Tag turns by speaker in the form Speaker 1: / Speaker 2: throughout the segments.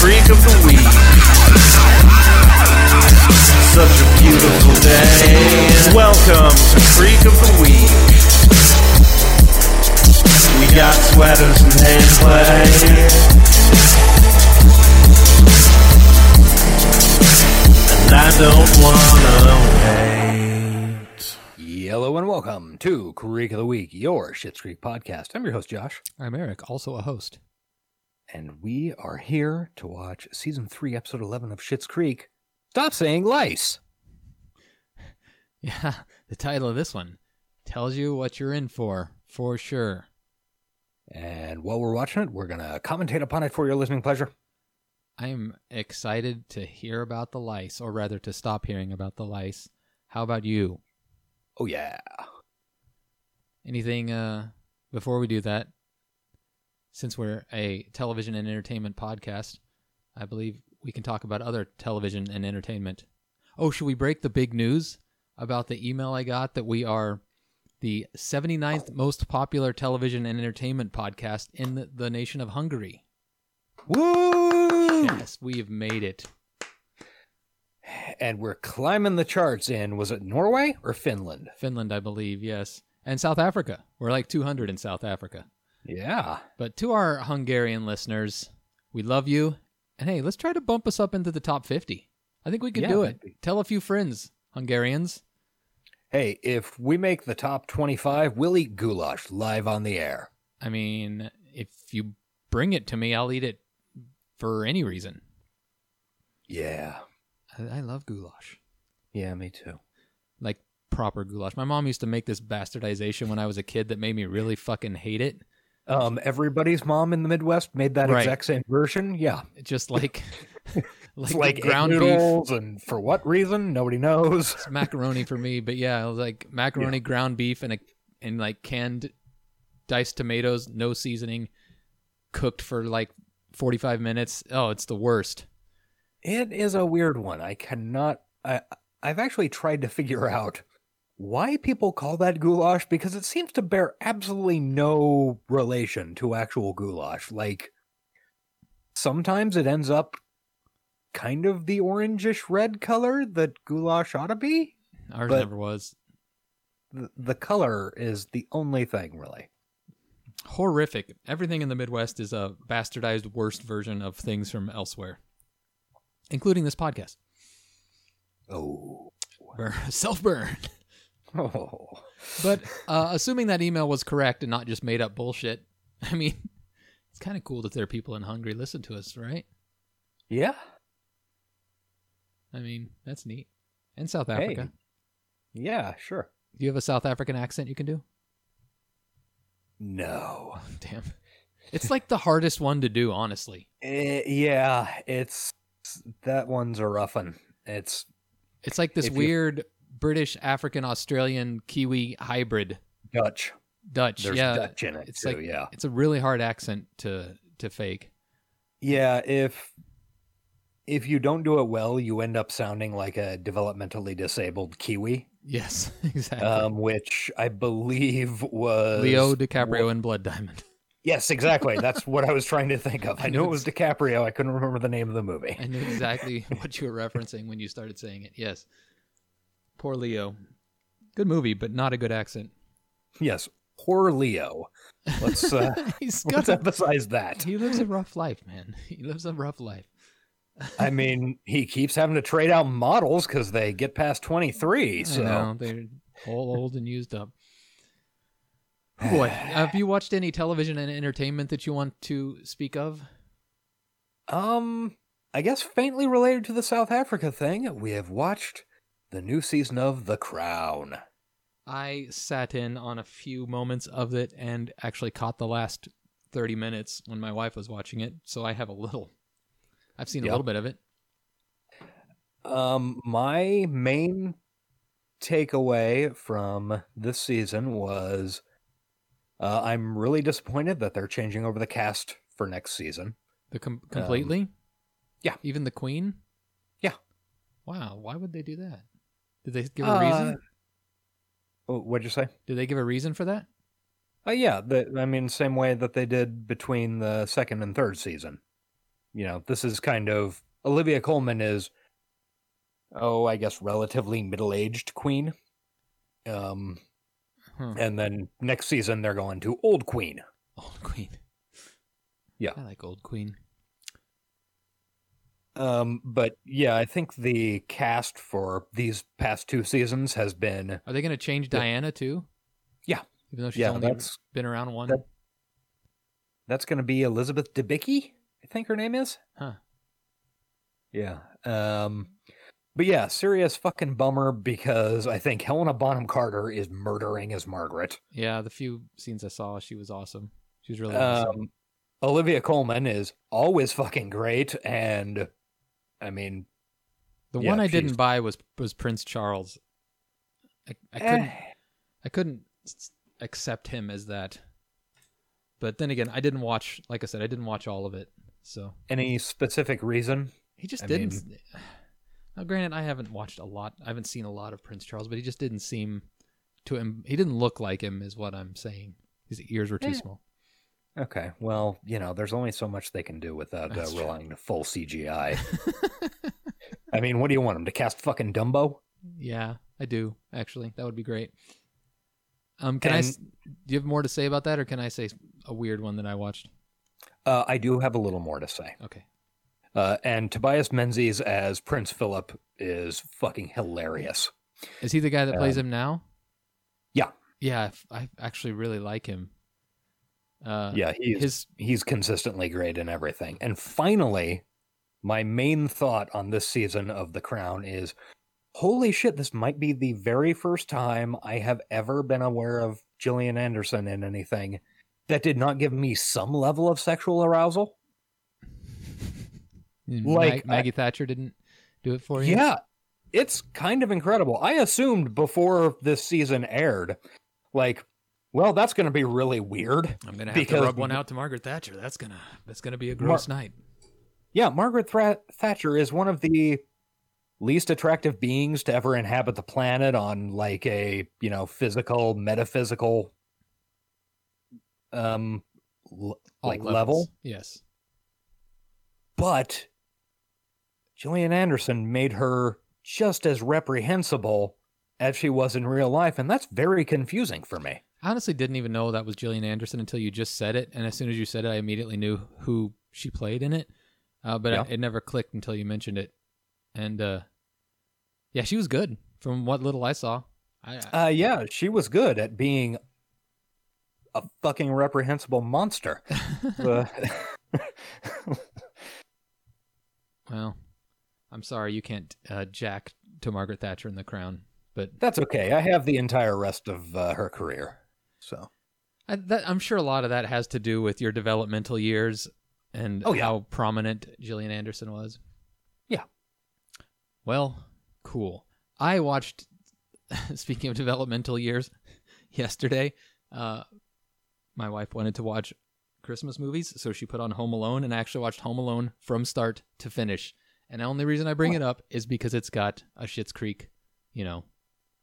Speaker 1: freak of the week. Such a beautiful day. Welcome to Freak of the Week. We got sweaters and hand And I don't wanna wait.
Speaker 2: Yellow and welcome to Creek of the Week, your Shits Creek podcast. I'm your host, Josh,
Speaker 3: I'm Eric, also a host.
Speaker 2: and we are here to watch season three, episode 11 of Shits Creek. Stop saying lice.
Speaker 3: Yeah, the title of this one tells you what you're in for, for sure.
Speaker 2: And while we're watching it, we're going to commentate upon it for your listening pleasure.
Speaker 3: I am excited to hear about the lice, or rather to stop hearing about the lice. How about you?
Speaker 2: Oh, yeah.
Speaker 3: Anything uh before we do that? Since we're a television and entertainment podcast, I believe we can talk about other television and entertainment. Oh, should we break the big news about the email I got that we are the 79th most popular television and entertainment podcast in the, the nation of Hungary?
Speaker 2: Woo!
Speaker 3: Yes, we have made it.
Speaker 2: And we're climbing the charts in, was it Norway or Finland?
Speaker 3: Finland, I believe, yes. And South Africa. We're like 200 in South Africa.
Speaker 2: Yeah.
Speaker 3: But to our Hungarian listeners, we love you. And hey, let's try to bump us up into the top 50. I think we can
Speaker 2: Yeah,
Speaker 3: do it.
Speaker 2: that'd
Speaker 3: Tell a few friends, Hungarians.
Speaker 2: Hey, if we make the top 25, we'll eat goulash live on the air.
Speaker 3: I mean, if you bring it to me, I'll eat it for any reason.
Speaker 2: Yeah.
Speaker 3: I, I love goulash,
Speaker 2: Yeah, me too.
Speaker 3: like proper goulash. My mom used to make this bastardization when I was a kid that made me really fucking hate it.
Speaker 2: Um, everybody's mom in the Midwest made that
Speaker 3: Right.
Speaker 2: exact same version. Yeah.
Speaker 3: Just like, like,
Speaker 2: It's
Speaker 3: the
Speaker 2: like
Speaker 3: ground
Speaker 2: egg
Speaker 3: beef.
Speaker 2: noodles, and for what reason? Nobody knows.
Speaker 3: It's macaroni for me, but yeah, it was like macaroni, ground beef, and a and like canned diced tomatoes, no seasoning, cooked for like forty five minutes. Oh, it's the worst.
Speaker 2: It is a weird one. I cannot. I I've actually tried to figure out why people call that goulash because it seems to bear absolutely no relation to actual goulash. Like sometimes it ends up kind of the orangish red color that goulash ought to be.
Speaker 3: Ours
Speaker 2: But-
Speaker 3: never was
Speaker 2: The, the color is the only thing really.
Speaker 3: horrific. Everything in the Midwest is a bastardized, worst version of things from elsewhere, including this podcast.
Speaker 2: Oh.
Speaker 3: Self burn.
Speaker 2: Oh.
Speaker 3: But uh, assuming that email was correct and not just made up bullshit, I mean, it's kind of cool that there are people in Hungary listen to us, right?
Speaker 2: Yeah.
Speaker 3: I mean, that's neat. And South
Speaker 2: Hey.
Speaker 3: Africa.
Speaker 2: Yeah, sure.
Speaker 3: Do you have a South African accent you can do?
Speaker 2: No.
Speaker 3: Damn. It's like the hardest one to do, honestly.
Speaker 2: Eh, yeah, it's that one's a rough one. It's
Speaker 3: It's like this
Speaker 2: If you-
Speaker 3: weird British, African, Australian, Kiwi hybrid
Speaker 2: Dutch.
Speaker 3: Dutch.
Speaker 2: There's
Speaker 3: yeah.
Speaker 2: Dutch in it
Speaker 3: it's
Speaker 2: too.
Speaker 3: like-
Speaker 2: yeah,
Speaker 3: It's a really hard accent to to fake.
Speaker 2: yeah. If if you don't do it well, you end up sounding like a developmentally disabled Kiwi,
Speaker 3: Yes, exactly.
Speaker 2: um, which I believe was
Speaker 3: Leo DiCaprio in Blood Diamond.
Speaker 2: Yes, exactly. That's what I was trying to think of. I knew it was DiCaprio. I couldn't remember the name of the movie.
Speaker 3: I knew exactly what you were referencing when you started saying it. Yes. Poor Leo. Good movie, but not a good accent.
Speaker 2: Yes, poor Leo. Let's uh,
Speaker 3: He's got
Speaker 2: let's
Speaker 3: a,
Speaker 2: emphasize that.
Speaker 3: he lives a rough life, man. He lives a rough life.
Speaker 2: I mean, he keeps having to trade out models because they get past twenty three. So.
Speaker 3: I know they're all old and used up. Oh, Boy, have you watched any television and entertainment that you want to speak of?
Speaker 2: Um, I guess faintly related to the South Africa thing, we have watched the new season of The Crown.
Speaker 3: I sat in on a few moments of it and actually caught the last 30 minutes when my wife was watching it, so I have a little. I've seen
Speaker 2: Yeah.
Speaker 3: a little bit of it.
Speaker 2: Um, my main takeaway from this season was uh, I'm really disappointed that they're changing over the cast for next season.
Speaker 3: The com- completely?
Speaker 2: Um, yeah.
Speaker 3: Even the queen?
Speaker 2: Yeah.
Speaker 3: Wow, why would they do that? Did they give a
Speaker 2: Uh,
Speaker 3: reason?
Speaker 2: Oh, what'd you say?
Speaker 3: Did they give a reason for that?
Speaker 2: Uh, yeah, the, I mean, same way that they did between the second and third season. you know, this is kind of Olivia Coleman is, oh, I guess, relatively middle aged queen. Um,
Speaker 3: Huh.
Speaker 2: and then next season they're going to old queen.
Speaker 3: Old Queen.
Speaker 2: Yeah.
Speaker 3: I like Old Queen.
Speaker 2: Um, but yeah, I think the cast for these past two seasons has been
Speaker 3: Are they going to change
Speaker 2: Yeah.
Speaker 3: Diana too?
Speaker 2: Yeah.
Speaker 3: Even though she's
Speaker 2: yeah,
Speaker 3: only
Speaker 2: that's
Speaker 3: been around one.
Speaker 2: that- that's going to be Elizabeth Debicki, I think her name is.
Speaker 3: Huh.
Speaker 2: Yeah. Um, but yeah, serious fucking bummer because I think Helena Bonham Carter is murdering as Margaret.
Speaker 3: yeah, the few scenes I saw, she was awesome. She was really awesome.
Speaker 2: Um, Olivia Coleman is always fucking great, and I mean,
Speaker 3: The
Speaker 2: yeah,
Speaker 3: one I
Speaker 2: she's-
Speaker 3: didn't buy was was Prince Charles. I, I couldn't
Speaker 2: eh,
Speaker 3: I couldn't s- accept him as that. But then again, I didn't watch. Like I said, I didn't watch all of it. So
Speaker 2: any specific reason?
Speaker 3: he just
Speaker 2: I
Speaker 3: didn't. now, granted, I haven't watched a lot. I haven't seen a lot of Prince Charles, but he just didn't seem to him. He didn't look like him, is what I'm saying. His ears were too
Speaker 2: Eh.
Speaker 3: small.
Speaker 2: Okay, well, you know, there's only so much they can do without uh,
Speaker 3: That's true.
Speaker 2: relying to full CGI. I mean, what do you want them to cast fucking Dumbo?
Speaker 3: Yeah, I do actually. That would be great. Um, can I s Do you have more to say about that, or can I say a weird one that I watched?
Speaker 2: Uh, I do have a little more to say.
Speaker 3: Okay.
Speaker 2: Uh, and Tobias Menzies as Prince Philip is fucking hilarious.
Speaker 3: Is he the guy that plays him now?
Speaker 2: Uh, yeah.
Speaker 3: Yeah, I f- I actually really like him. Uh,
Speaker 2: yeah, he is
Speaker 3: his
Speaker 2: he's consistently great in everything. And finally, my main thought on this season of The Crown is holy shit, this might be the very first time I have ever been aware of Gillian Anderson in anything that did not give me some level of sexual arousal. Like,
Speaker 3: like Maggie Thatcher didn't do it for you.
Speaker 2: Yeah, it's kind of incredible. I assumed before this season aired, like, well, that's going to be really weird.
Speaker 3: I'm gonna have
Speaker 2: Because-
Speaker 3: to rub one out to Margaret Thatcher. That's gonna that's gonna be a gross night.
Speaker 2: Yeah, Margaret Thra- Thatcher is one of the least attractive beings to ever inhabit the planet on like a, you know, physical, metaphysical um l-
Speaker 3: All
Speaker 2: like
Speaker 3: levels.
Speaker 2: level,
Speaker 3: Yes.
Speaker 2: but Gillian Anderson made her just as reprehensible as she was in real life and that's very confusing for me.
Speaker 3: I honestly didn't even know that was Gillian Anderson until you just said it, and as soon as you said it, I immediately knew who she played in it. Uh, but
Speaker 2: Yeah.
Speaker 3: it never clicked until you mentioned it, and uh, yeah, she was good from what little I saw. I, I
Speaker 2: Uh yeah, she was good at being a fucking reprehensible monster. Uh,
Speaker 3: well, I'm sorry you can't uh, jack to Margaret Thatcher in the Crown, but
Speaker 2: That's okay. I have the entire rest of uh, her career. So
Speaker 3: I, that, I'm sure a lot of that has to do with your developmental years and
Speaker 2: Oh, yeah.
Speaker 3: how prominent Gillian Anderson was.
Speaker 2: Yeah.
Speaker 3: Well, cool. I watched, speaking of developmental years, yesterday, uh, my wife wanted to watch Christmas movies, so she put on Home Alone, and I actually watched Home Alone from start to finish. And the only reason I
Speaker 2: Oh.
Speaker 3: bring it up is because it's got a Schitt's Creek, you know,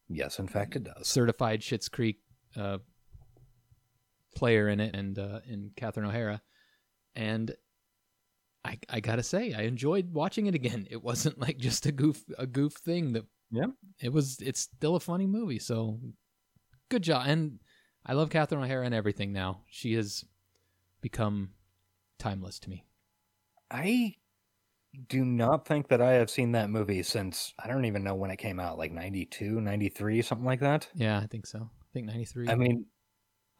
Speaker 2: yes, in fact, it does.
Speaker 3: certified Schitt's Creek uh, player in it, and uh, in Catherine O'Hara, and I I gotta say I enjoyed watching it again. It wasn't like just a goof a goof thing that
Speaker 2: Yeah.
Speaker 3: It was it's still a funny movie. So good job, and I love Catherine O'Hara and everything now. She has become timeless to me.
Speaker 2: I do not think that I have seen that movie since I don't even know when it came out, like 92, 93, something like that.
Speaker 3: Yeah, I think so. I think ninety three.
Speaker 2: I mean,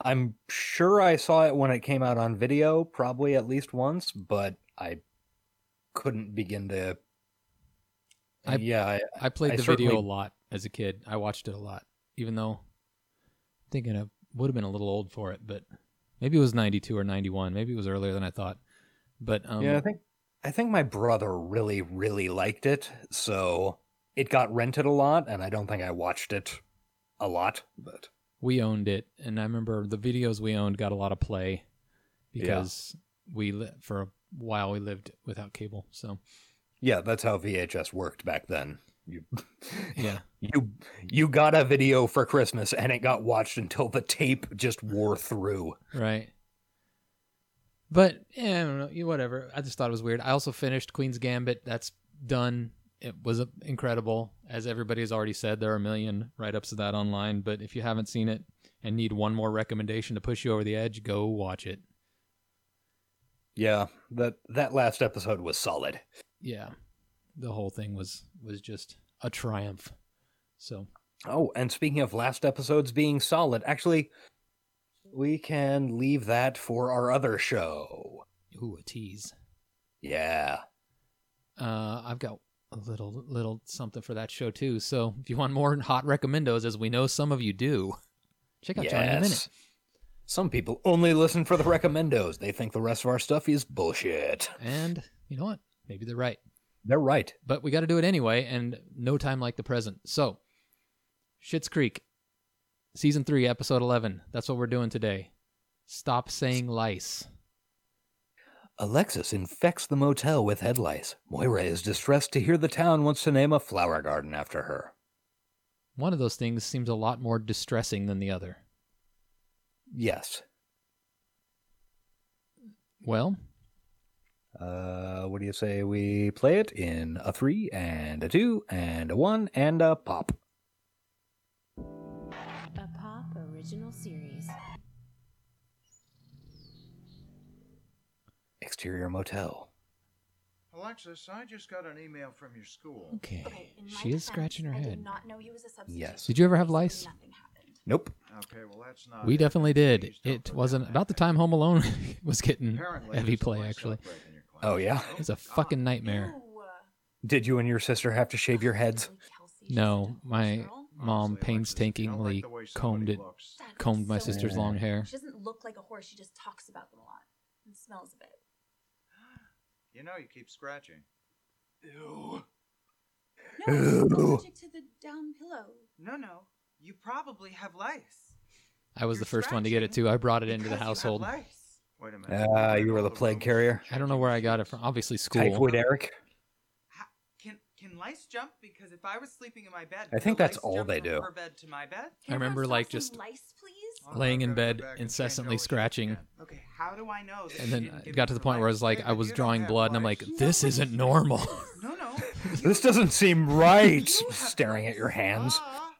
Speaker 2: I'm sure I saw it when it came out on video, probably at least once, but I couldn't begin to.
Speaker 3: I-
Speaker 2: yeah, I,
Speaker 3: I played
Speaker 2: I
Speaker 3: the video a
Speaker 2: certainly-
Speaker 3: lot as a kid. I watched it a lot, even though thinking I would have been a little old for it, but maybe it was 92 or 91. Maybe it was earlier than I thought. But um,
Speaker 2: yeah, I think I think my brother really, really liked it, so it got rented a lot, and I don't think I watched it a lot, but
Speaker 3: we owned it. And I remember the videos we owned got a lot of play
Speaker 2: Yeah.
Speaker 3: because we, li- for a while, we lived without cable. So,
Speaker 2: yeah, that's how VHS worked back then. You,
Speaker 3: yeah.
Speaker 2: you, you got a video for Christmas, and it got watched until the tape just wore through.
Speaker 3: Right. But eh, I don't know, you- whatever. I just thought it was weird. I also finished Queen's Gambit. That's done. It was uh, incredible. As everybody has already said, there are a million write ups of that online. But if you haven't seen it and need one more recommendation to push you over the edge, go watch it.
Speaker 2: Yeah, that that last episode was solid.
Speaker 3: Yeah, the whole thing was was just a triumph. So
Speaker 2: Oh, and speaking of last episodes being solid, actually, we can leave that for our other show.
Speaker 3: ooh, a tease.
Speaker 2: Yeah.
Speaker 3: Uh, I've got a little little something for that show too. So if you want more hot recommendos, as we know some of you do, check out Johnny in a minute.
Speaker 2: Yes. Some people only listen for the recommendos. They think the rest of our stuff is bullshit.
Speaker 3: And you know what? Maybe they're right.
Speaker 2: They're right.
Speaker 3: but we got to do it anyway, and no time like the present. So, Shit's Creek, season three, episode eleven. That's what we're doing today. Stop saying lice.
Speaker 2: Alexis infects the motel with head lice. Moira is distressed to hear the town wants to name a flower garden after her.
Speaker 3: One of those things seems a lot more distressing than the other.
Speaker 2: Yes.
Speaker 3: Well,
Speaker 2: Uh, what do you say we play it in a three and a two and a one and a pop?
Speaker 4: A Pop Original Series.
Speaker 2: Exterior motel.
Speaker 5: Alexis, I just got an email from your school.
Speaker 3: okay, she is scratching her head.
Speaker 2: Yes.
Speaker 3: Did you ever have lice?
Speaker 2: Nope.
Speaker 5: Okay, well that's not.
Speaker 3: We
Speaker 5: it.
Speaker 3: definitely did.
Speaker 5: Please don't
Speaker 3: It
Speaker 5: put
Speaker 3: wasn't
Speaker 5: that
Speaker 3: about the
Speaker 5: back.
Speaker 3: time Home Alone was getting
Speaker 5: Apparently,
Speaker 3: heavy
Speaker 5: there's a
Speaker 3: play.
Speaker 5: lice
Speaker 3: Actually,
Speaker 5: outbreak in your class.
Speaker 2: Oh yeah.
Speaker 3: it's a fucking nightmare.
Speaker 2: Did you and your sister have to shave your heads?
Speaker 3: No, my mom
Speaker 5: Honestly, Alexis, if you don't like
Speaker 3: painstakingly
Speaker 5: the way somebody
Speaker 3: combed it,
Speaker 5: looks,
Speaker 3: combed my sister's long hair.
Speaker 6: She doesn't look like a horse. She just talks about them a lot and smells of it.
Speaker 5: You know, you keep scratching.
Speaker 6: No, she's
Speaker 2: Ew.
Speaker 6: allergic to the down pillow.
Speaker 7: No, no. You probably have lice.
Speaker 3: I was
Speaker 7: You're
Speaker 3: the first one to get it too. I brought it into the
Speaker 7: Because you have
Speaker 3: household.
Speaker 7: lice.
Speaker 5: Wait a minute.
Speaker 2: Ah,
Speaker 5: All
Speaker 2: you were the
Speaker 5: rooms
Speaker 2: plague
Speaker 5: and
Speaker 2: carrier.
Speaker 3: I don't know where I got it from. Obviously, school.
Speaker 2: Typhoid Eric.
Speaker 7: How, can can lice jump? Because if I was sleeping in my bed,
Speaker 2: I think
Speaker 7: the
Speaker 2: that's
Speaker 7: lice
Speaker 2: all
Speaker 7: jumped
Speaker 2: they
Speaker 7: from
Speaker 2: do.
Speaker 7: Her bed to my bed.
Speaker 3: I
Speaker 6: Can
Speaker 3: remember,
Speaker 6: everyone
Speaker 3: like,
Speaker 6: stop some
Speaker 3: just-
Speaker 6: Lice, please.
Speaker 5: All right,
Speaker 3: laying in
Speaker 5: I'm gonna
Speaker 3: bed,
Speaker 5: go back and change
Speaker 3: incessantly
Speaker 5: over to
Speaker 3: scratching.
Speaker 5: Japan.
Speaker 7: Okay, how do I know? That
Speaker 3: And
Speaker 7: you
Speaker 3: then
Speaker 7: didn't
Speaker 3: I
Speaker 7: give
Speaker 3: got
Speaker 7: me
Speaker 3: to the
Speaker 7: for
Speaker 3: point where I
Speaker 7: lice?
Speaker 3: was like,
Speaker 5: Wait,
Speaker 3: I
Speaker 5: but
Speaker 3: was
Speaker 5: you don't
Speaker 3: drawing
Speaker 5: have
Speaker 3: blood, and I'm like,
Speaker 5: lice.
Speaker 3: this isn't normal.
Speaker 7: No, no.
Speaker 2: This doesn't seem right. Staring at your
Speaker 7: uh,
Speaker 2: hands.
Speaker 5: Ah,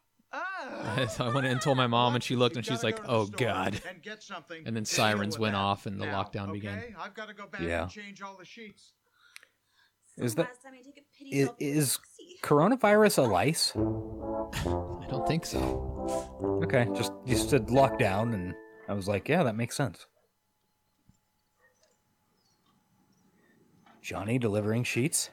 Speaker 5: ah.
Speaker 3: so I went in and told my mom, and she looked, and
Speaker 5: You've
Speaker 3: she's like,
Speaker 5: gotta go to the
Speaker 3: oh
Speaker 5: store
Speaker 3: god.
Speaker 5: And get something.
Speaker 3: And then
Speaker 5: to deal
Speaker 3: sirens
Speaker 5: with
Speaker 3: went
Speaker 5: that
Speaker 3: off, and the
Speaker 5: now,
Speaker 3: lockdown began.
Speaker 5: Okay, I've got to go back
Speaker 2: Yeah.
Speaker 5: and change all the sheets.
Speaker 6: So
Speaker 2: Is that-
Speaker 6: last time I took a pity
Speaker 2: Is,
Speaker 6: help with
Speaker 2: is
Speaker 6: Roxy.
Speaker 2: coronavirus a lice?
Speaker 3: I don't think so.
Speaker 2: Okay, just you said lockdown, and I was like, yeah, that makes sense. Johnny delivering sheets.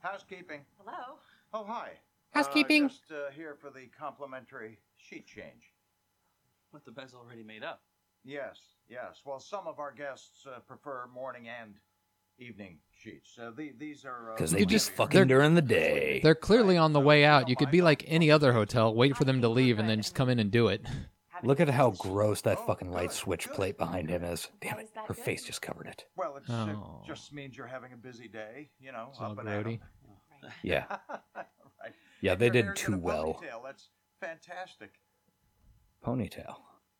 Speaker 5: Housekeeping.
Speaker 6: Hello.
Speaker 5: Oh, hi.
Speaker 2: Housekeeping.
Speaker 5: Uh, just uh, here for the complimentary sheet change.
Speaker 8: But the bed's already made up.
Speaker 5: Yes, yes. Well, some of our guests uh, prefer morning and evening sheets. Uh, the, these are
Speaker 2: Because
Speaker 5: uh,
Speaker 2: they
Speaker 3: You
Speaker 2: just
Speaker 3: just-
Speaker 2: fucking
Speaker 3: they're-
Speaker 2: during the day.
Speaker 3: They're clearly on the way out. You could be like any other hotel, wait for them to leave, and then just come in and do it.
Speaker 2: Look at how gross that fucking light switch plate behind him is. Damn it, her face just covered it.
Speaker 5: Well, it's,
Speaker 3: Oh.
Speaker 5: it just means you're having a busy day, you know,
Speaker 3: It's all
Speaker 5: up and at 'em.
Speaker 3: grody.
Speaker 2: Yeah,
Speaker 5: right.
Speaker 2: yeah, they
Speaker 5: Your
Speaker 2: did
Speaker 5: hair's in
Speaker 2: too
Speaker 5: a
Speaker 2: well.
Speaker 5: ponytail. That's fantastic.
Speaker 2: Ponytail.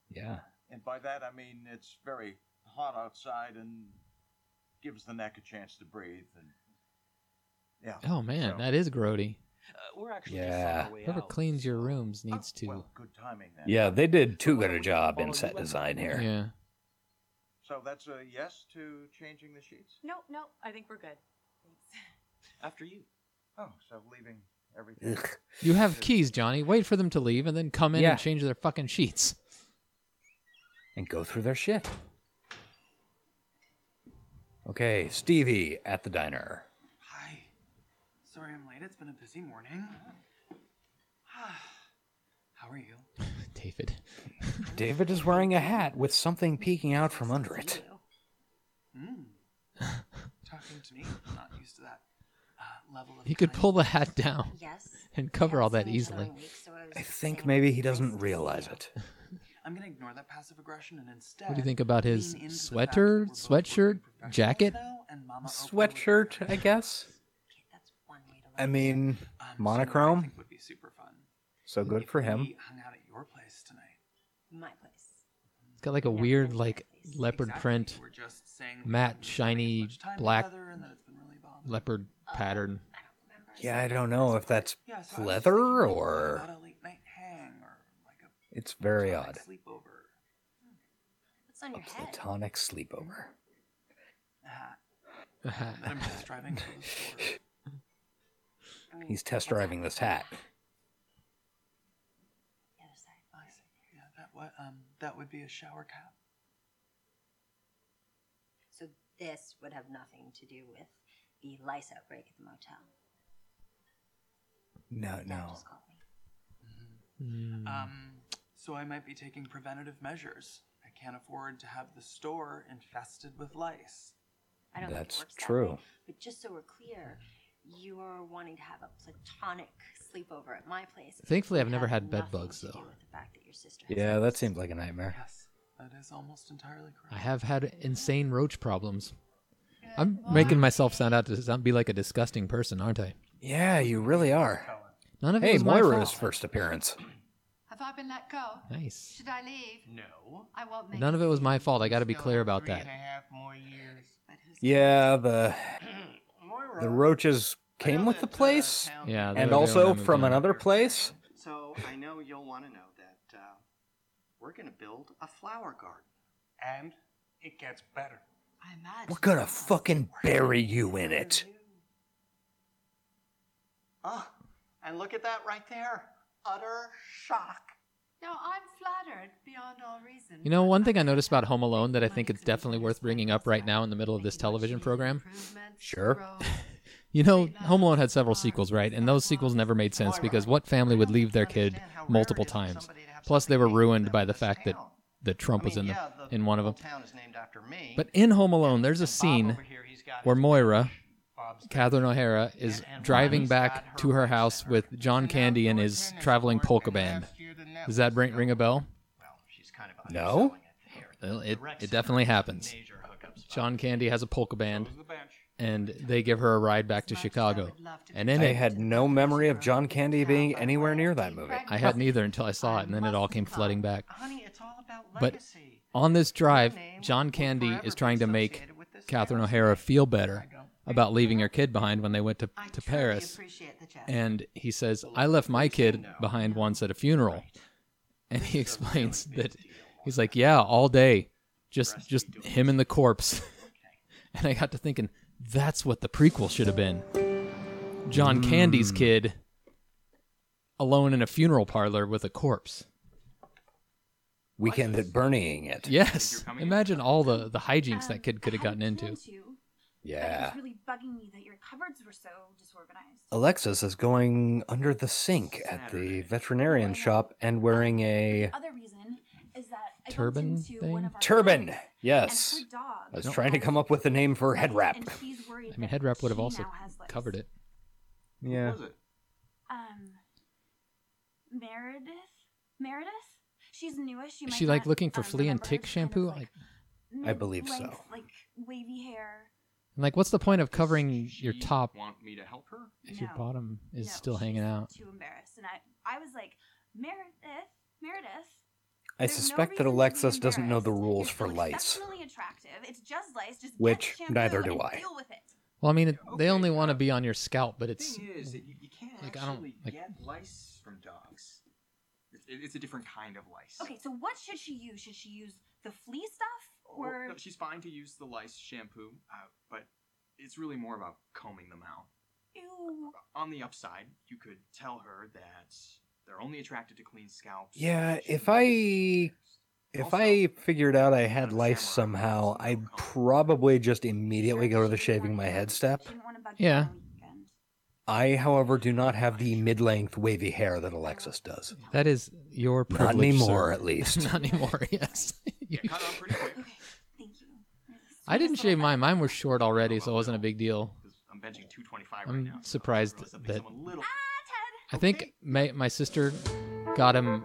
Speaker 2: Yeah.
Speaker 5: And by that I mean it's very hot outside and gives the neck a chance to breathe. And yeah.
Speaker 3: Oh man,
Speaker 5: so-
Speaker 3: that is grody.
Speaker 8: Uh, we're actually just on
Speaker 2: Yeah.
Speaker 8: our way
Speaker 3: Whoever
Speaker 8: out.
Speaker 3: cleans your rooms
Speaker 5: Oh,
Speaker 3: needs to.
Speaker 5: Well, good timing then.
Speaker 2: Yeah, they did too good a job in set design here.
Speaker 3: Yeah.
Speaker 5: So that's a yes to changing the sheets.
Speaker 4: No, no, I think we're good.
Speaker 8: After you.
Speaker 5: Oh, so leaving everything.
Speaker 2: Ugh.
Speaker 3: You have keys, Johnny. Wait for them to leave, and then come in
Speaker 2: Yeah.
Speaker 3: and change their fucking sheets.
Speaker 2: and go through their shit. Okay, Stevie at the diner.
Speaker 8: Hi. Sorry I'm late. It's been a busy morning. How are you?
Speaker 3: David.
Speaker 2: David is wearing a hat with something peeking out from under it.
Speaker 8: Mm. Talking to me. Not used to that uh, level of.
Speaker 3: He could
Speaker 8: kindness.
Speaker 3: pull the hat down
Speaker 6: Yes.
Speaker 3: and cover all that easily.
Speaker 2: I think maybe he doesn't realize it.
Speaker 8: I'm gonna ignore that passive aggression and instead.
Speaker 3: What do you think about his
Speaker 8: lean into the fact
Speaker 3: sweater,
Speaker 8: that we're both working
Speaker 3: sweatshirt,
Speaker 8: professionals
Speaker 3: jacket?
Speaker 8: now, and Mama Oprah would
Speaker 2: Sweatshirt, I guess. I mean,
Speaker 8: Um, something that I
Speaker 2: monochrome.
Speaker 8: think would be super fun.
Speaker 2: So good
Speaker 8: If
Speaker 2: for him.
Speaker 8: We hung out at your place tonight.
Speaker 6: My place.
Speaker 3: It's got like a
Speaker 6: No,
Speaker 3: weird
Speaker 6: no,
Speaker 3: like leopard print,
Speaker 8: We're just saying
Speaker 3: matte,
Speaker 8: we've been spending
Speaker 3: shiny,
Speaker 8: so much time
Speaker 3: black-
Speaker 8: together and that it's been really bothering.
Speaker 3: leopard pattern.
Speaker 2: Yeah, I don't know if that's
Speaker 8: Yeah, so I was
Speaker 2: leather
Speaker 8: thinking maybe
Speaker 2: or
Speaker 8: about a late night hang or like a
Speaker 2: it's very
Speaker 8: platonic
Speaker 2: odd.
Speaker 8: sleepover.
Speaker 6: What's on
Speaker 2: A
Speaker 6: your head?
Speaker 2: platonic sleepover.
Speaker 8: Ah, and then I'm just driving to the store.
Speaker 2: He's test driving this hat.
Speaker 6: The other side.
Speaker 8: I see. Yeah, that what um that would be a shower cap.
Speaker 9: So this would have nothing to do with the lice outbreak at the motel.
Speaker 2: No,
Speaker 9: Dad
Speaker 2: no.
Speaker 9: just called me.
Speaker 8: Um, so I might be taking preventative measures. I can't afford to have the store infested with lice.
Speaker 9: I don't
Speaker 2: That's
Speaker 9: think it works that
Speaker 2: true.
Speaker 9: way, but just so we're clear, you are wanting to have a platonic sleepover at my place.
Speaker 3: Thankfully,
Speaker 9: It
Speaker 3: I've never
Speaker 9: has
Speaker 3: had bed
Speaker 9: nothing
Speaker 3: bugs,
Speaker 9: to do
Speaker 3: though.
Speaker 9: with the fact that your sister has
Speaker 2: Yeah, that
Speaker 9: lice.
Speaker 2: seems like a nightmare.
Speaker 8: Yes, that is almost entirely correct.
Speaker 3: I have had insane roach problems. I'm making myself sound out to sound, be like a disgusting person, aren't I?
Speaker 2: Yeah, you really are.
Speaker 3: None of it
Speaker 2: Hey,
Speaker 3: was my
Speaker 2: Moira's
Speaker 3: fault.
Speaker 2: first appearance.
Speaker 10: Have I been let go?
Speaker 3: Nice.
Speaker 10: Should I leave?
Speaker 8: No.
Speaker 10: I won't make
Speaker 3: None of it was my fault. I got to be
Speaker 8: Still
Speaker 3: clear about
Speaker 8: three and
Speaker 3: that.
Speaker 8: a half more years.
Speaker 9: But who's
Speaker 2: Yeah, the
Speaker 8: Moira.
Speaker 2: the roaches
Speaker 8: I
Speaker 2: came
Speaker 8: know
Speaker 2: with the
Speaker 8: that, uh,
Speaker 2: place,
Speaker 8: town-
Speaker 3: Yeah, they were
Speaker 2: and
Speaker 3: there when
Speaker 2: also
Speaker 3: I moved
Speaker 2: from
Speaker 3: in.
Speaker 2: another place.
Speaker 8: So I know you'll want to know that uh, we're going to build a flower garden. And it gets better.
Speaker 10: I imagine.
Speaker 2: We're gonna fucking bury you in it.
Speaker 8: Oh,
Speaker 5: Ah,
Speaker 8: and look at that right there. Utter shock.
Speaker 10: No, I'm flattered beyond all reason.
Speaker 3: You know, one thing I
Speaker 10: noticed
Speaker 3: noticed about Home Alone that I think it's definitely worth bringing up right now in the middle of this television program.
Speaker 2: Sure.
Speaker 3: You know, Home Alone had several sequels, right? And those sequels never made sense because what family would leave their kid multiple times? Plus, they were ruined by the fact that that Trump was in the, in one of them.
Speaker 8: Town is named after me.
Speaker 3: But in Home Alone, there's a scene where Moira, Catherine O'Hara, is driving back to her house with John Candy and his traveling polka band. Does that ring, ring a bell?
Speaker 2: No?
Speaker 3: Well, it, it definitely happens. John Candy has a polka band, and they give her a ride back to Chicago. And in
Speaker 2: I
Speaker 3: it,
Speaker 2: had no memory of John Candy being anywhere near that movie.
Speaker 3: I had neither until I saw it, and then it all came flooding back.
Speaker 8: Honey, it's all about
Speaker 3: But
Speaker 8: legacy.
Speaker 3: on this drive,
Speaker 8: Your name
Speaker 3: John
Speaker 8: will
Speaker 3: Candy
Speaker 8: forever
Speaker 3: is
Speaker 8: be
Speaker 3: trying to make
Speaker 8: associated with this
Speaker 3: Catherine
Speaker 8: house.
Speaker 3: O'Hara feel better
Speaker 8: I don't-
Speaker 3: about leaving her kid behind when they went to, to Paris.
Speaker 10: Appreciate the gesture.
Speaker 3: And he says, I left my kid behind once at a funeral. And he explains that he's like, Yeah, all day. Just just him and the corpse. and I got to thinking, that's what the prequel should have been. John Candy's kid alone in a funeral parlor with a corpse.
Speaker 2: Weekend at Bernieing it.
Speaker 3: Yes. Imagine all the, the hijinks that
Speaker 6: Um,
Speaker 3: kid could have
Speaker 6: I
Speaker 3: gotten
Speaker 6: hadn't
Speaker 3: into.
Speaker 6: told you, But it
Speaker 2: Yeah. Oh,
Speaker 6: was really bugging me that your cupboards were so disorganized.
Speaker 2: Alexis is going under the sink at the veterinarian shop and wearing a
Speaker 6: The other reason is that I
Speaker 3: Turban
Speaker 6: bumped into one
Speaker 3: thing?
Speaker 6: of our
Speaker 2: turban.
Speaker 6: friends,
Speaker 2: Yes.
Speaker 6: And her dog.
Speaker 2: I was trying to come up with a name for a head wrap.
Speaker 6: And he's worried
Speaker 3: I mean,
Speaker 6: that
Speaker 3: head wrap would have
Speaker 6: she
Speaker 3: also
Speaker 6: now has lice.
Speaker 3: covered it.
Speaker 2: Yeah.
Speaker 6: Um, Meredith. Meredith. She's newish. You
Speaker 3: Is
Speaker 6: might
Speaker 3: she like
Speaker 6: not,
Speaker 3: looking for
Speaker 6: um,
Speaker 3: flea and
Speaker 6: remember her.
Speaker 3: tick
Speaker 6: She's kind of,
Speaker 3: shampoo?
Speaker 6: like,
Speaker 3: Like,
Speaker 2: I believe so.
Speaker 6: mid-length, Like wavy hair.
Speaker 3: And like, what's the point of covering your top
Speaker 8: Want me to help her?
Speaker 3: if your
Speaker 6: No.
Speaker 3: bottom is
Speaker 6: No,
Speaker 3: still
Speaker 6: she's
Speaker 3: hanging out?
Speaker 6: Too embarrassed, and I, I was like, Meredith, Meredith.
Speaker 2: I
Speaker 6: there's no
Speaker 2: suspect
Speaker 6: reason
Speaker 2: that
Speaker 6: to be
Speaker 2: Alexis doesn't know the
Speaker 6: embarrassed.
Speaker 2: rules
Speaker 6: You're
Speaker 2: for
Speaker 6: still
Speaker 2: lights.
Speaker 6: Exceptionally attractive. It's just lice. Just get
Speaker 2: Which
Speaker 6: shampoo
Speaker 2: neither do
Speaker 6: and
Speaker 2: I.
Speaker 6: Deal with it.
Speaker 3: Well, I mean, it, they only want to be on your scalp, but
Speaker 8: The
Speaker 3: it's
Speaker 8: thing is, that you, you can't
Speaker 3: like, I don't-
Speaker 8: actually
Speaker 3: like-
Speaker 8: get lice from dogs. It, it- it's a different kind of lice.
Speaker 6: Okay, so what should she use? Should she use the flea stuff
Speaker 11: Oh,
Speaker 6: or?
Speaker 8: Well, no, she's fine to use the lice shampoo, uh, but it's really more about combing them out.
Speaker 6: Ew.
Speaker 8: On the upside, you could tell her that they're only attracted to clean scalps.
Speaker 2: Yeah,
Speaker 8: She
Speaker 2: if
Speaker 8: knows.
Speaker 2: I if I figured out I had lice somehow, I'd probably just immediately go to the shaving my head step.
Speaker 6: She didn't want to bug
Speaker 3: Yeah.
Speaker 6: you on the weekend.
Speaker 2: I, however, do not have the mid-length wavy hair that Alexis does.
Speaker 3: that is your
Speaker 2: Not
Speaker 3: privilege.
Speaker 2: anymore,
Speaker 3: sir.
Speaker 2: at least.
Speaker 3: Not anymore. Yes.
Speaker 8: Yeah, cut on pretty quick.
Speaker 6: Okay, thank you.
Speaker 3: I didn't shave mine. Mine was short already, so it wasn't a big deal.
Speaker 8: 'cause I'm benching 225 right
Speaker 3: I'm
Speaker 8: now. so
Speaker 3: surprised
Speaker 8: I realized that'd be
Speaker 3: that-
Speaker 8: someone
Speaker 6: Ah,
Speaker 8: little-
Speaker 3: I think my my sister got him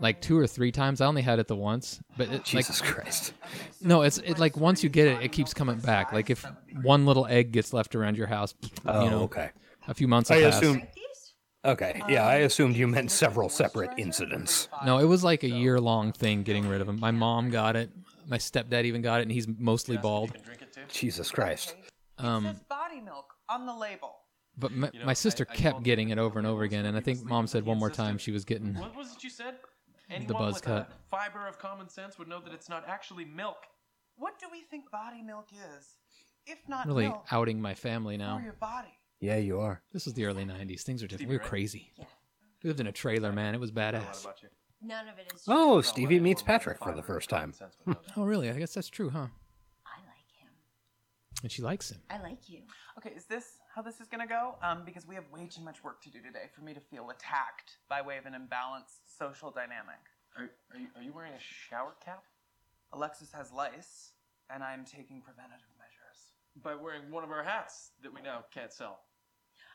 Speaker 3: like two or three times. I only had it the once, but it, like
Speaker 2: Jesus Christ.
Speaker 3: No, it's it, like once you get it, it keeps coming back. Like if one little egg gets left around your house,
Speaker 2: Oh,
Speaker 3: you know,
Speaker 2: okay.
Speaker 3: a few months.
Speaker 2: I
Speaker 3: will pass.
Speaker 2: assume. Okay, yeah, I assumed you meant several separate incidents.
Speaker 3: No, it was like a year long thing getting rid of them. My mom got it. My stepdad even got it, and he's mostly bald.
Speaker 2: Jesus Christ.
Speaker 3: Um,
Speaker 12: body milk on the label.
Speaker 3: but my, my sister kept getting it over and over again, and I think mom said one more time she was getting.
Speaker 11: What was it you said? Anyone
Speaker 3: buzz
Speaker 11: with
Speaker 3: cut.
Speaker 11: a fiber of common sense would know that it's not actually milk.
Speaker 8: What do we think body milk is? If not
Speaker 3: really
Speaker 8: milk
Speaker 3: outing my family
Speaker 8: for
Speaker 3: now.
Speaker 8: your body.
Speaker 2: Yeah, you are.
Speaker 3: This was the early '90s. Things were different. We were
Speaker 11: right?
Speaker 3: crazy. We lived in a trailer, man. It was badass.
Speaker 9: None of it is.
Speaker 2: Oh, Stevie meets Patrick for the first time. Hmm.
Speaker 3: Oh, really? I guess that's true, huh? I like him. And she likes him.
Speaker 9: I like you.
Speaker 8: Okay, is this how this is gonna go? Um, because we have way too much work to do today for me to feel attacked by way of an imbalanced social dynamic. Are, are, you, are you wearing a shower cap? Alexis has lice, and I'm taking preventative measures.
Speaker 11: By wearing one of our hats that we now can't sell.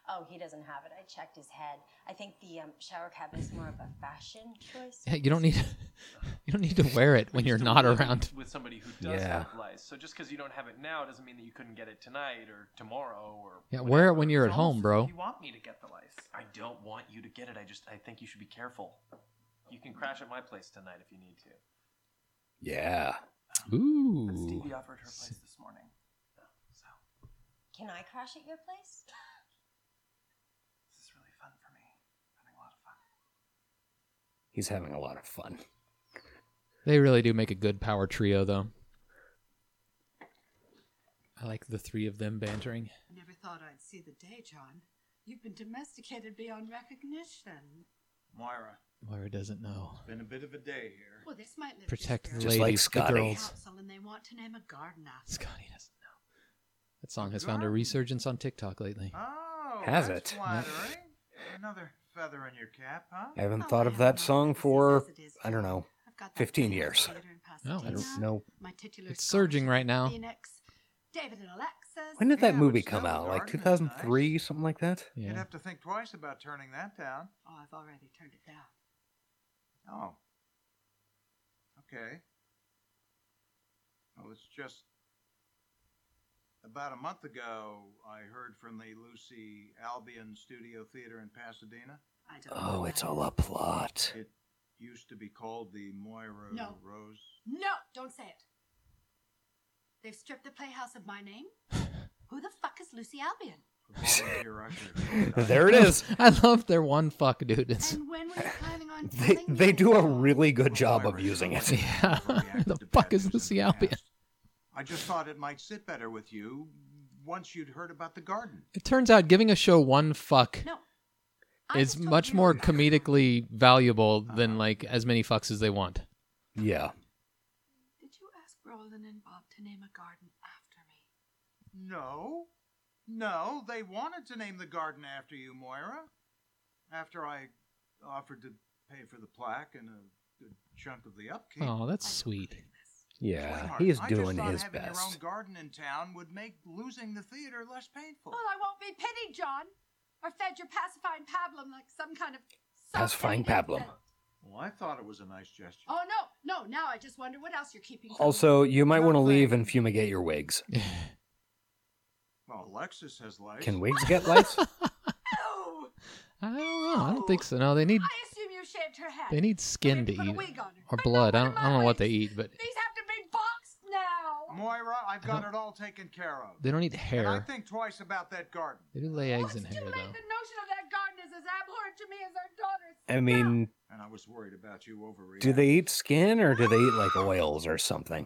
Speaker 9: Oh, he doesn't have it. I checked his head. I think the um, shower cap is more of a fashion choice.
Speaker 3: Yeah, you don't need. you don't need to wear it when you're
Speaker 11: Still
Speaker 3: not
Speaker 11: living
Speaker 3: around.
Speaker 11: With somebody who does
Speaker 3: Yeah.
Speaker 11: have lice. So just because you don't have it now doesn't mean that you couldn't get it tonight or tomorrow or.
Speaker 3: Yeah, wear it when you're at
Speaker 11: It's almost
Speaker 3: home,
Speaker 11: as
Speaker 3: bro.
Speaker 11: if You want me to get the lice. I don't want you to get it. I just I think you should be careful. You can crash at my place tonight if you need to.
Speaker 2: Yeah.
Speaker 3: Ooh.
Speaker 8: Stevie offered her place this morning.
Speaker 9: Can I crash at your place?
Speaker 8: This is really fun for me. Having a lot of fun.
Speaker 2: He's having a lot of fun.
Speaker 3: They really do make a good power trio, though. I like the three of them bantering.
Speaker 10: Never thought I'd see the day, John. You've been domesticated beyond recognition.
Speaker 5: Moira,
Speaker 3: Moira doesn't know.
Speaker 5: been a bit of a day here.
Speaker 10: Well, this might lift
Speaker 3: Protect the
Speaker 10: spirits.
Speaker 3: ladies,
Speaker 2: like
Speaker 3: the
Speaker 2: Scotty.
Speaker 3: girls.
Speaker 10: Council and they want to name a garden after.
Speaker 3: Scotty doesn't know. That song has found a resurgence on TikTok lately.
Speaker 5: Oh,
Speaker 2: Has
Speaker 5: that's
Speaker 2: it?
Speaker 5: Flattering. Another feather in your cap, huh?
Speaker 2: I
Speaker 10: Oh,
Speaker 2: haven't thought of that song for, I don't know, 15 years.
Speaker 3: No,
Speaker 2: I don't know.
Speaker 10: My titular
Speaker 3: It's surging right now.
Speaker 10: Phoenix, David and Alexis.
Speaker 2: When did that
Speaker 5: Yeah,
Speaker 2: movie
Speaker 5: but
Speaker 2: come
Speaker 5: still,
Speaker 2: out? Like
Speaker 5: Garden is
Speaker 2: 2003, something like that?
Speaker 5: You'd
Speaker 3: Yeah.
Speaker 5: have to think twice about turning that down.
Speaker 10: Oh, I've already turned it down.
Speaker 5: Oh. Okay. Well, it's just about a month ago I heard from the Lucy Albion Studio Theater in Pasadena.
Speaker 10: I don't know
Speaker 2: Oh,
Speaker 10: what
Speaker 2: it's
Speaker 10: that
Speaker 2: all a
Speaker 10: is.
Speaker 2: plot.
Speaker 5: It used to be called the Moira
Speaker 10: No.
Speaker 5: Rose.
Speaker 10: No, don't say it. They've stripped the playhouse of my name. Who the fuck is Lucy Albion?
Speaker 5: Volunteer usher.
Speaker 2: There it is.
Speaker 3: I love their one fuck dude. It's,
Speaker 10: And when were you planning on
Speaker 2: They
Speaker 10: telling
Speaker 2: they
Speaker 10: me?
Speaker 2: do a really good job of using it.
Speaker 3: yeah. the fuck is Lucy Albion?
Speaker 5: I just thought it might sit better with you once you'd heard about the garden.
Speaker 3: It turns out giving a show one fuck
Speaker 10: No.
Speaker 3: is much more comedically valuable than like as many fucks as they want.
Speaker 2: Yeah.
Speaker 10: Did you ask Roland and Bob to name a garden after me?
Speaker 5: No. No, they wanted to name the garden after you, Moira. After I offered to pay for the plaque and a good chunk of the upkeep.
Speaker 3: Oh, that's sweet.
Speaker 2: Yeah.
Speaker 5: Sweetheart,
Speaker 2: He's
Speaker 5: I just
Speaker 2: doing
Speaker 5: thought
Speaker 2: his
Speaker 5: having your
Speaker 2: best.
Speaker 5: own garden in town would make losing the theater less painful.
Speaker 10: Well, I won't be pitied, John. Or fed your pacifying pablum like some kind of. soft
Speaker 2: Pacifying pablum.
Speaker 10: infant.
Speaker 5: Well, I thought it was a nice gesture.
Speaker 10: Oh, no, no. Now I just wonder what else you're keeping. from
Speaker 2: Also,
Speaker 10: me.
Speaker 2: you might want to leave and fumigate your wigs.
Speaker 5: Well, Alexis has lice.
Speaker 2: Can wigs get lice?
Speaker 10: Ew!
Speaker 3: I don't know. I don't think so. No, they need
Speaker 10: I assume you shaved her head.
Speaker 3: they need skin to
Speaker 10: Maybe put a
Speaker 3: eat
Speaker 10: wig on her.
Speaker 3: or
Speaker 10: But no
Speaker 3: blood. I
Speaker 10: one
Speaker 3: don't
Speaker 10: of my
Speaker 3: I don't know what they
Speaker 10: wigs.
Speaker 3: eat, but
Speaker 10: These have to be boxed now.
Speaker 5: Moira, I've got it all taken care of.
Speaker 3: they don't eat
Speaker 5: And I
Speaker 3: hair.
Speaker 5: think twice about that garden.
Speaker 3: They do lay eggs
Speaker 10: What's
Speaker 3: in hair
Speaker 10: too late?
Speaker 3: though.
Speaker 10: The notion of that garden is as abhorrent to me as our daughter's.
Speaker 2: I mean,
Speaker 5: And I was worried about you overreacting.
Speaker 2: do they eat skin or do they eat like oils or something?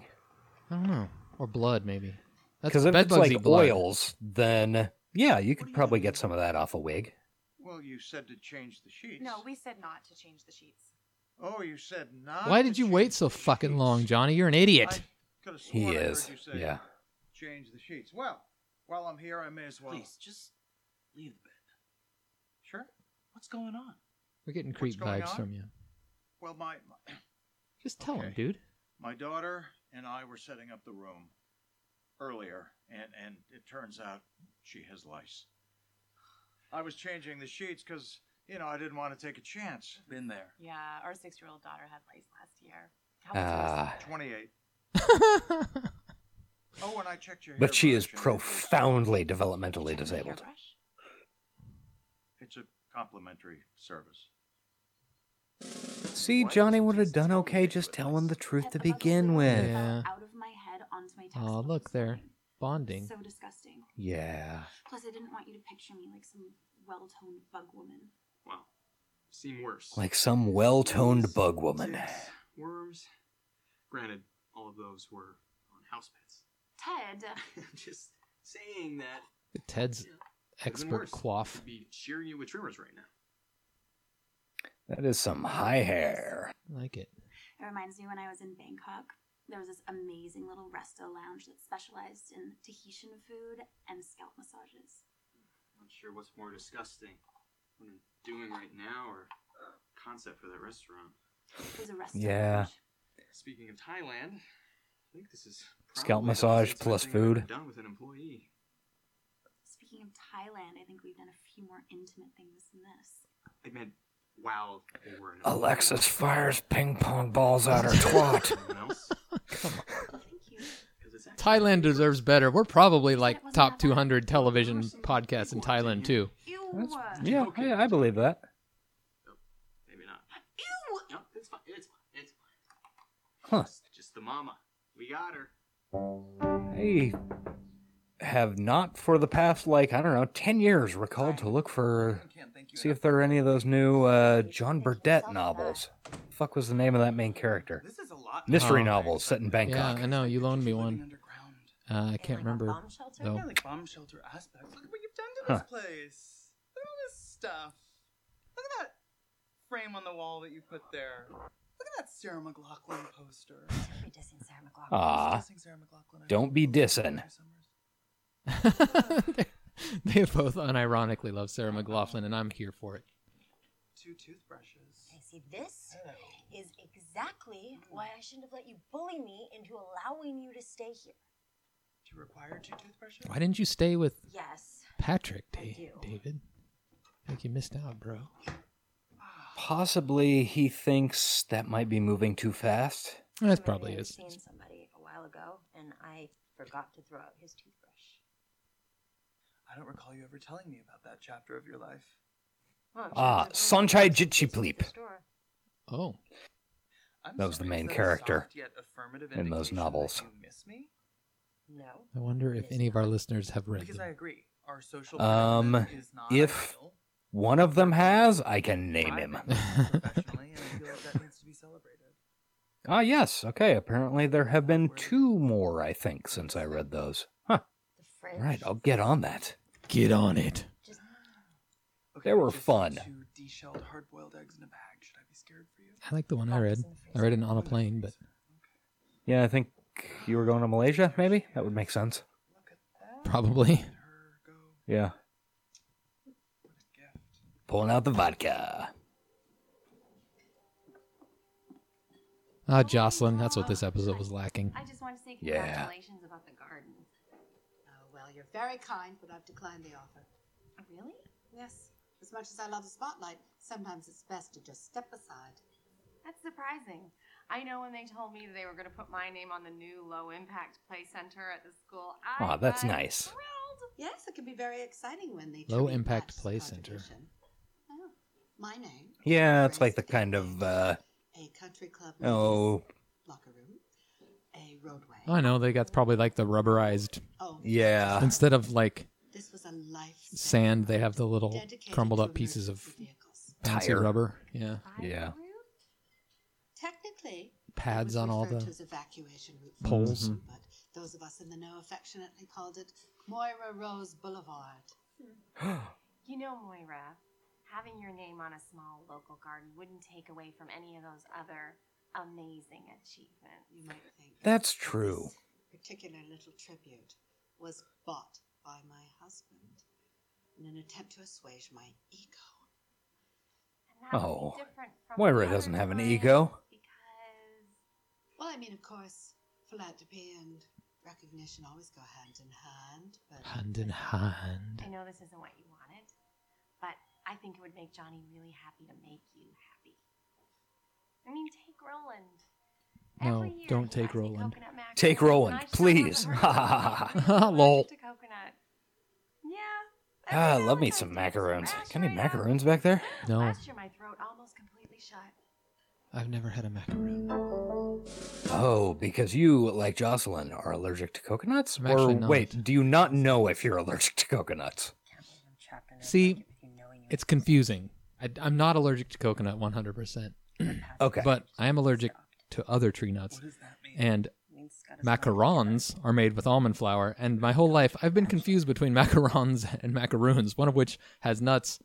Speaker 3: I don't know. Or blood maybe. That's
Speaker 2: Because if
Speaker 3: bed
Speaker 2: it's
Speaker 3: bugs
Speaker 2: like
Speaker 3: eat blood.
Speaker 2: oils, then yeah, you could probably get some of that off a wig.
Speaker 5: Well, you said to change the sheets.
Speaker 4: No, we said not to change the sheets.
Speaker 5: Oh, you said not.
Speaker 3: Why
Speaker 5: to
Speaker 3: did you wait
Speaker 5: change
Speaker 3: so
Speaker 5: the
Speaker 3: fucking
Speaker 5: sheets.
Speaker 3: long, Johnny? You're an idiot.
Speaker 5: I could've
Speaker 2: He
Speaker 5: sworn I heard
Speaker 2: is.
Speaker 5: you say,
Speaker 2: Yeah.
Speaker 5: Change the sheets. Well, while I'm here, I may as well.
Speaker 11: Please just leave the bed.
Speaker 5: Sure.
Speaker 11: What's going on?
Speaker 3: We're getting
Speaker 5: What's
Speaker 3: creep
Speaker 5: going
Speaker 3: vibes
Speaker 5: on?
Speaker 3: from you.
Speaker 5: Well, my, my
Speaker 3: Just tell him,
Speaker 5: Okay.
Speaker 3: dude.
Speaker 5: my daughter and I were setting up the room earlier, and and it turns out she has lice. I was changing the sheets because you know I didn't want to take a chance.
Speaker 11: Been there.
Speaker 4: Yeah, our six-year-old daughter had lice last year. How was yours?
Speaker 2: Ah,
Speaker 5: Twenty-eight. oh, and I checked your.
Speaker 2: but she is
Speaker 5: hairbrush, and it was-
Speaker 2: profoundly
Speaker 4: Did you
Speaker 2: developmentally
Speaker 4: have a
Speaker 2: disabled.
Speaker 4: hairbrush?
Speaker 5: It's a complimentary service.
Speaker 2: See, Johnny would have done okay just telling the truth to begin with.
Speaker 3: Yeah.
Speaker 6: out of my head onto my desk.
Speaker 3: Oh, look, they're bonding.
Speaker 6: So disgusting.
Speaker 2: Yeah.
Speaker 6: Plus, I didn't want you to picture me like some well-toned bug woman.
Speaker 11: Wow. Seem worse.
Speaker 2: Like some well toned bug woman.
Speaker 11: Ticks, worms. Granted, all of those were on house pets.
Speaker 6: Ted,
Speaker 11: Just saying that.
Speaker 3: Ted's
Speaker 11: could've been
Speaker 3: expert
Speaker 11: worse.
Speaker 3: quaff.
Speaker 11: Could Be cheering you with tremors right now.
Speaker 2: That is some high hair.
Speaker 3: Like it.
Speaker 6: it reminds me when I was in Bangkok. There was this amazing little resto lounge that specialized in Tahitian food and scalp massages.
Speaker 11: Not sure what's more disgusting, what I'm doing right now, or concept for that restaurant.
Speaker 6: It was a restaurant.
Speaker 2: Yeah.
Speaker 11: Speaking of Thailand, I think this is probably
Speaker 2: Scalp
Speaker 11: the
Speaker 2: massage
Speaker 11: best
Speaker 2: plus
Speaker 11: thing I've ever
Speaker 2: food.
Speaker 11: Done with an employee.
Speaker 6: Speaking of Thailand, I think we've done a few more intimate things than this.
Speaker 11: I meant, wow, they were an
Speaker 2: Alexis fires ping pong balls at her twat.
Speaker 6: Oh,
Speaker 3: Thailand deserves better. We're probably like top 200 television podcasts in Thailand, too.
Speaker 2: yeah, I, I believe that.
Speaker 11: Maybe not.
Speaker 6: Ew!
Speaker 11: No, it's fine. It's fine. It's fine.
Speaker 2: Huh.
Speaker 11: Just the mama. We got her.
Speaker 2: I have not, for the past like I don't know, ten years, recalled to look for see if there are any of those new uh, John Burdett novels. Fuck was the name of that main character? This is a lot. Mystery
Speaker 3: Oh.
Speaker 2: novels set in Bangkok.
Speaker 3: Yeah, I know. You loaned me one. Uh, I can't remember.
Speaker 8: No.
Speaker 3: Though.
Speaker 8: like bomb shelter aspects. Look at what you've done to
Speaker 2: Huh.
Speaker 8: this place. Look at all this stuff. Look at that frame on the wall that you put there. Look at that Sarah McLaughlin poster.
Speaker 2: Ah, don't be dissing.
Speaker 3: They both unironically love Sarah McLaughlin, and I'm here for it.
Speaker 8: Two toothbrushes.
Speaker 13: I see. This is exactly why I shouldn't have let you bully me into allowing you to stay here.
Speaker 8: Do you require two toothbrushes?
Speaker 3: Why didn't you stay with
Speaker 13: Yes.
Speaker 3: Patrick,
Speaker 13: I
Speaker 3: Da-
Speaker 13: do.
Speaker 3: David? I think you missed out, bro.
Speaker 2: Possibly he thinks that might be moving too fast.
Speaker 3: That probably
Speaker 13: I'd
Speaker 3: is.
Speaker 13: seen somebody a while ago, and I forgot to throw out his toothbrush.
Speaker 8: I don't recall you ever telling me about that chapter of your life.
Speaker 9: Oh,
Speaker 13: Well, I'm sure
Speaker 2: Ah,
Speaker 13: it's okay.
Speaker 2: Sanchai Jitchipleep.
Speaker 13: Store.
Speaker 3: Oh.
Speaker 8: I'm
Speaker 2: That was the
Speaker 8: sorry,
Speaker 2: main
Speaker 8: is that a
Speaker 2: character
Speaker 8: soft yet affirmative
Speaker 2: in those
Speaker 8: indication that
Speaker 2: novels.
Speaker 8: you miss me?
Speaker 13: No.
Speaker 3: I wonder if any of our listeners have read
Speaker 8: Because
Speaker 3: them.
Speaker 8: I agree. Our social
Speaker 2: Um,
Speaker 8: commitment is not
Speaker 2: if one of them has, I can name him.
Speaker 8: professionally, and I feel like that needs to be celebrated.
Speaker 2: Ah, yes. Okay. Apparently, there have been two more, I think, since I read those. Huh. All right. I'll get on that.
Speaker 3: Get on it.
Speaker 2: They were fun.
Speaker 8: Two de-shelled hard-boiled eggs in a bag. Should I be scared for you?
Speaker 3: I like the one I read. I read it on a plane, but
Speaker 2: Yeah, I think you were going to Malaysia, maybe? That would make sense.
Speaker 3: probably.
Speaker 2: Yeah. Pulling out the vodka.
Speaker 3: Ah, Jocelyn, that's what this episode was lacking.
Speaker 10: I just want to say
Speaker 3: Yeah.
Speaker 10: congratulations about the garden. Oh, well, you're very kind, but I've declined the offer. Really? Yes. As much as I love the spotlight, sometimes it's best to just step aside.
Speaker 4: That's surprising. I know when they told me they were going to put my name on the new low impact play center at the school. I
Speaker 2: Aw, that's
Speaker 4: was
Speaker 2: nice.
Speaker 4: thrilled.
Speaker 10: Yes, it can be very exciting when they
Speaker 2: Low
Speaker 10: treat
Speaker 2: impact
Speaker 10: arts
Speaker 2: play
Speaker 10: contribution. Oh, my name,
Speaker 2: Yeah, it's like the kind of, uh,
Speaker 10: a country club
Speaker 2: oh,
Speaker 10: locker room, a roadway.
Speaker 3: I know they got probably like the rubberized.
Speaker 10: Oh.
Speaker 2: Yeah.
Speaker 3: Instead of like
Speaker 10: This was a life
Speaker 3: sand, they have the little
Speaker 10: dedicated
Speaker 3: crumbled
Speaker 10: to
Speaker 3: up pieces of fancy
Speaker 2: Tire.
Speaker 3: rubber. Yeah.
Speaker 2: Yeah.
Speaker 10: Technically, it
Speaker 3: Pads
Speaker 10: was
Speaker 3: on all
Speaker 10: referred
Speaker 3: the
Speaker 10: to as evacuation route for
Speaker 3: poles.
Speaker 10: Boston,
Speaker 2: Mm-hmm.
Speaker 10: but those of us in the know affectionately called it Moira Rose Boulevard.
Speaker 4: You know, Moira, having your name on a small local garden wouldn't take away from any of those other amazing achievements.
Speaker 10: You might think
Speaker 2: that's true.
Speaker 10: particular little tribute was bought by my husband in an attempt to assuage my ego.
Speaker 2: Oh. Moira doesn't have an ego.
Speaker 10: Well, I mean, of course, philanthropy and recognition always go hand in hand, but
Speaker 3: Hand in hand.
Speaker 4: I know this isn't what you wanted, but I think it would make Johnny really happy to make you happy. I mean, take Roland.
Speaker 3: No, don't take Roland.
Speaker 2: Take Roland, please.
Speaker 3: Lol.
Speaker 4: To coconut.
Speaker 2: Ah, love me some macaroons. Got any macaroons back there?
Speaker 3: No.
Speaker 4: Last year, my throat almost completely shut.
Speaker 3: I've never had a macaroon.
Speaker 2: Oh, because you, like Jocelyn, are allergic to coconuts?
Speaker 3: I'm
Speaker 2: or
Speaker 3: actually not.
Speaker 2: wait, do you not know if you're allergic to coconuts?
Speaker 3: See, it's confusing. I, am not allergic to coconut 100%.
Speaker 2: Okay.
Speaker 3: But I am allergic to other tree nuts. And macarons are made with almond flour. And my whole life, I've been confused between macarons and macaroons, one of which has nuts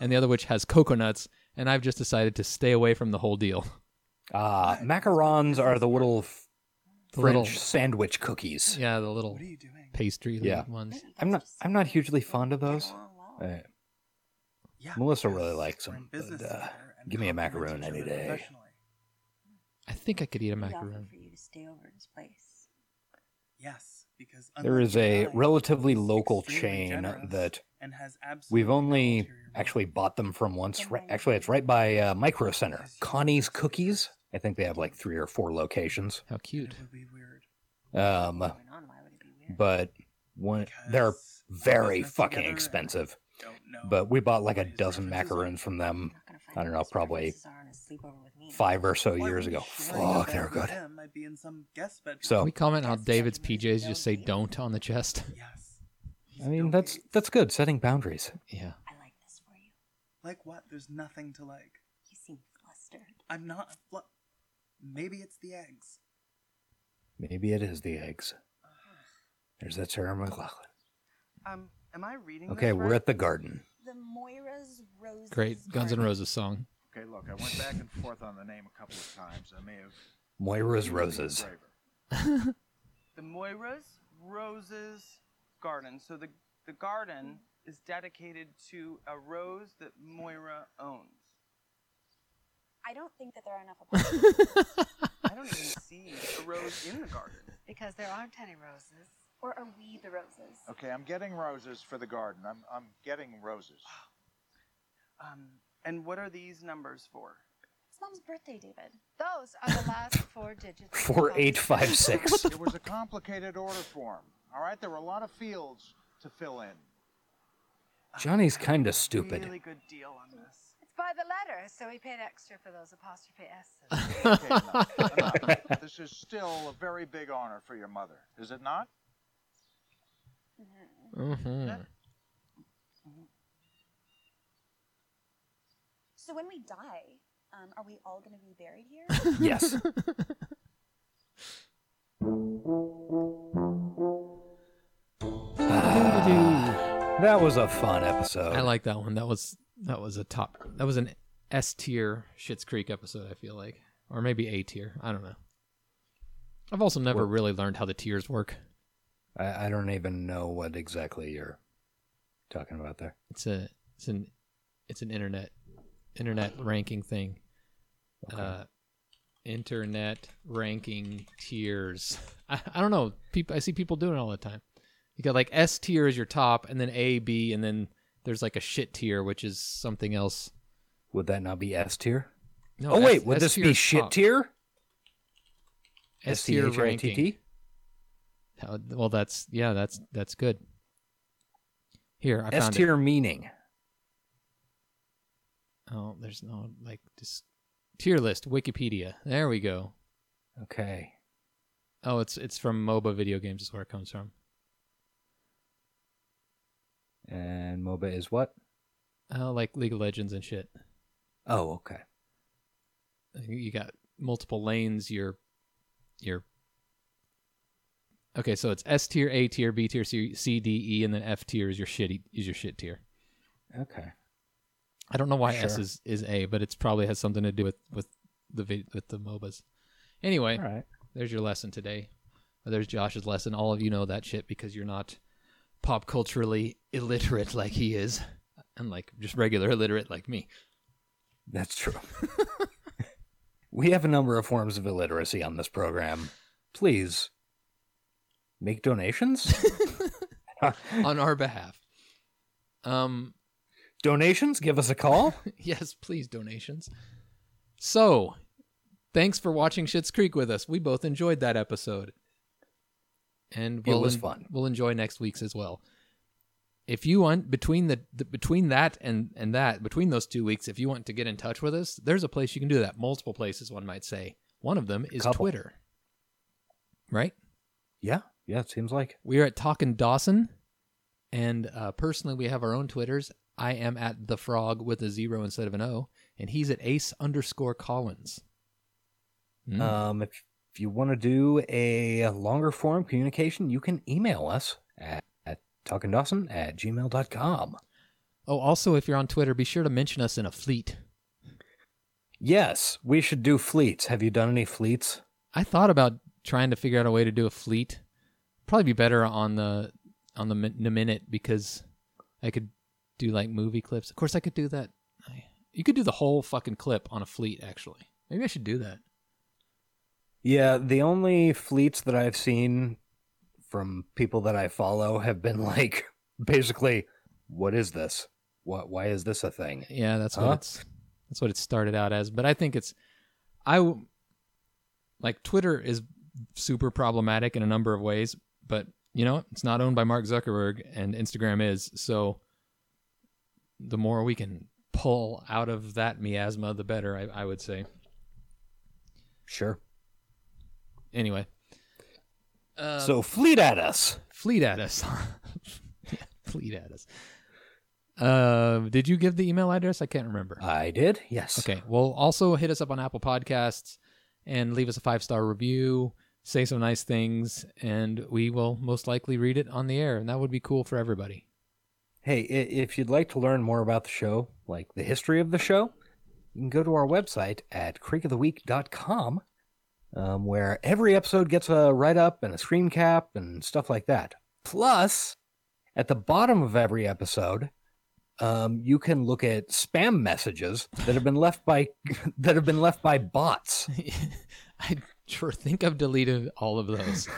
Speaker 3: and the other which has coconuts. And I've just decided to stay away from the whole deal.
Speaker 2: Ah, macarons are the little f-
Speaker 3: The
Speaker 2: French
Speaker 3: little-
Speaker 2: sandwich cookies.
Speaker 3: Yeah, the little pastry
Speaker 2: Yeah.
Speaker 3: ones.
Speaker 2: I'm not. I'm not hugely fond of those. Uh, Melissa really likes them. But, uh, give me a macaroon any day.
Speaker 3: I think I could eat a macaroon.
Speaker 14: for you to stay over at his place.
Speaker 8: Yes, because
Speaker 2: There is a relatively local chain that we've only actually bought them from once. Ri- Actually, it's right by uh, Micro Center. Connie's Cookies. I think they have like three or four locations.
Speaker 3: How cute.
Speaker 2: Um, but one, Uh, they're very fucking expensive. But we bought like a dozen macaroons from them. I don't know, probably five or so years ago. Fuck, they're good.
Speaker 11: Oh.
Speaker 2: So-
Speaker 3: Can we comment how David's PJs just say "don't" on the chest.
Speaker 2: I mean, that's that's good. Setting boundaries.
Speaker 3: Yeah.
Speaker 8: Like what? There's nothing to like.
Speaker 14: You seem flustered.
Speaker 8: I'm not. a Fl- Maybe it's the eggs.
Speaker 2: Maybe it is the eggs. Uh-huh. There's that Sarah McLaughlin.
Speaker 8: Um, am I reading?
Speaker 2: Okay,
Speaker 8: this
Speaker 2: we're
Speaker 8: right?
Speaker 2: at the garden.
Speaker 14: The Moira's Rose.
Speaker 3: Great Guns N' Roses song.
Speaker 5: Okay, look, I went back and forth on the name a couple of times. I may have.
Speaker 2: Moira's Roses.
Speaker 8: the Moira's Roses Garden. So the the garden is dedicated to a rose that Moira owns.
Speaker 14: I don't think that there are enough of
Speaker 8: I don't even see a rose in the garden.
Speaker 9: Because there aren't any roses. Or are we the roses?
Speaker 5: Okay, I'm getting roses for the garden. I'm, I'm getting roses.
Speaker 8: Ah. Um, and what are these numbers for?
Speaker 9: It's mom's birthday, David. Those are the last four digits.
Speaker 2: Four eight five six.
Speaker 5: It was a complicated order form. All right, there were a lot of fields to fill in.
Speaker 2: Johnny's kind of stupid.
Speaker 8: good deal on this.
Speaker 9: It's by the letter, so we paid extra for those apostrophe s's.
Speaker 5: Okay, enough, enough. this is still a very big honor for your mother, is it not?
Speaker 3: Mhm.
Speaker 14: So when we die, um, are we all going to be buried here?
Speaker 2: Yes. That was a fun episode.
Speaker 3: I like that one. That was that was a top. That was an S tier Shit's Creek episode. I feel like, or maybe A tier. I don't know. I've also never
Speaker 2: Well-
Speaker 3: really learned how the tiers work.
Speaker 2: I, I don't even know what exactly you're talking about there.
Speaker 3: It's a it's an it's an internet internet ranking thing. Uh, internet ranking tiers. I, I don't know. People I see people doing it all the time. You got like S tier is your top, and then A, B, and then there's like a shit tier, which is something else.
Speaker 2: Would that not be S tier?
Speaker 3: No,
Speaker 2: oh
Speaker 3: S-
Speaker 2: wait, would
Speaker 3: S
Speaker 2: this
Speaker 3: tier
Speaker 2: be
Speaker 3: is
Speaker 2: shit
Speaker 3: top.
Speaker 2: tier?
Speaker 3: S tier
Speaker 2: S-T-H-I-T-T?
Speaker 3: ranking. How- Well, that's yeah, that's that's good. Here, I
Speaker 2: S
Speaker 3: found it.
Speaker 2: tier meaning.
Speaker 3: Oh, there's no like just tier list Wikipedia. There we go.
Speaker 2: Okay.
Speaker 3: Oh, it's it's from MOBA video games is where it comes from.
Speaker 2: And MOBA is what?
Speaker 3: Oh, like League of Legends and shit.
Speaker 2: Oh, okay.
Speaker 3: You you got multiple lanes. Your your okay. So it's S tier, A tier, B tier, C, C, D, E, and then F tier is your shitty is your shit tier.
Speaker 2: Okay.
Speaker 3: I don't know why S
Speaker 2: Sure.
Speaker 3: is, is A, but it's probably has something to do with with the vid- with the MOBAs. Anyway,
Speaker 2: All right.
Speaker 3: there's your lesson today. Or there's Josh's lesson. All of you know that shit because you're not pop culturally illiterate like he is, and like just regular illiterate like me.
Speaker 2: That's true. we have a number of forms of illiteracy on this program. Please make donations.
Speaker 3: on our behalf. Um,
Speaker 2: donations, give us a call.
Speaker 3: yes, please donations. So, thanks for watching Shit's Creek with us. We both enjoyed that episode, and
Speaker 2: It
Speaker 3: we'll
Speaker 2: was
Speaker 3: en-
Speaker 2: fun.
Speaker 3: We'll enjoy next week's as well. if you want between the, the between that and and that between those two weeks, if you want to get in touch with us, there's a place you can do that. Multiple places, one might say. One of them is
Speaker 2: Couple.
Speaker 3: Twitter, right?
Speaker 2: Yeah, yeah, it seems like.
Speaker 3: We are at Talkin' Dawson, and uh, personally, we have our own Twitters. I am at the Frog with a zero instead of an O, and he's at Ace underscore Collins. Mm.
Speaker 2: Um, if, if you want to do a longer form communication, you can email us at, at talkingdawson at gmail.com.
Speaker 3: Oh, also, if you're on Twitter, be sure to mention us in a fleet.
Speaker 2: Yes, we should do fleets. Have you done any fleets?
Speaker 3: I thought about trying to figure out a way to do a fleet. Probably be better on the on the, min- the minute because I could do like movie clips. Of course, I could do that. I- You could do the whole fucking clip on a fleet. Actually, maybe I should do that.
Speaker 2: Yeah, the only fleets that I've seen from people that I follow have been like basically, what is this? What why is this a thing?
Speaker 3: Yeah, that's
Speaker 2: Huh?
Speaker 3: what it's that's what it started out as. But I think it's I w- like Twitter is super problematic in a number of ways, but you know, it's not owned by Mark Zuckerberg and Instagram is. So the more we can pull out of that miasma, the better, I, I would say.
Speaker 2: Sure.
Speaker 3: Anyway. Uh,
Speaker 2: so fleet at us.
Speaker 3: Fleet at us. yeah, fleet at us. Uh, did you give the email address? I can't remember.
Speaker 2: I did. Yes.
Speaker 3: Okay. Well, also hit us up on Apple Podcasts and leave us a five star review. Say some nice things, and we will most likely read it on the air, and that would be cool for everybody.
Speaker 2: Hey, i- if you'd like to learn more about the show, like the history of the show, you can go to our website at creekoftheweek.com, um, where every episode gets a write up and a screen cap and stuff like that. Plus, at the bottom of every episode, um, you can look at spam messages that have been left by that have been left by bots.
Speaker 3: I sure think I've deleted all of those,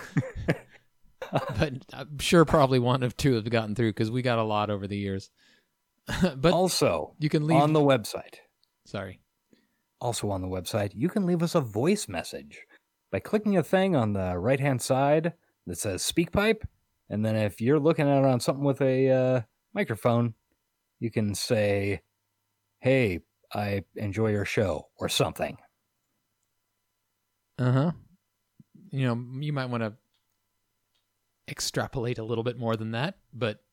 Speaker 3: but I'm sure probably one of two have gotten through because we got a lot over the years. but
Speaker 2: also,
Speaker 3: you can leave
Speaker 2: on the website.
Speaker 3: Sorry.
Speaker 2: Also on the website, you can leave us a voice message by clicking a thing on the right hand side that says "Speak Pipe," and then if you're looking at it on something with a uh, microphone, you can say, "Hey, I enjoy your show" or something.
Speaker 3: Uh huh. You know, you might want to extrapolate a little bit more than that, but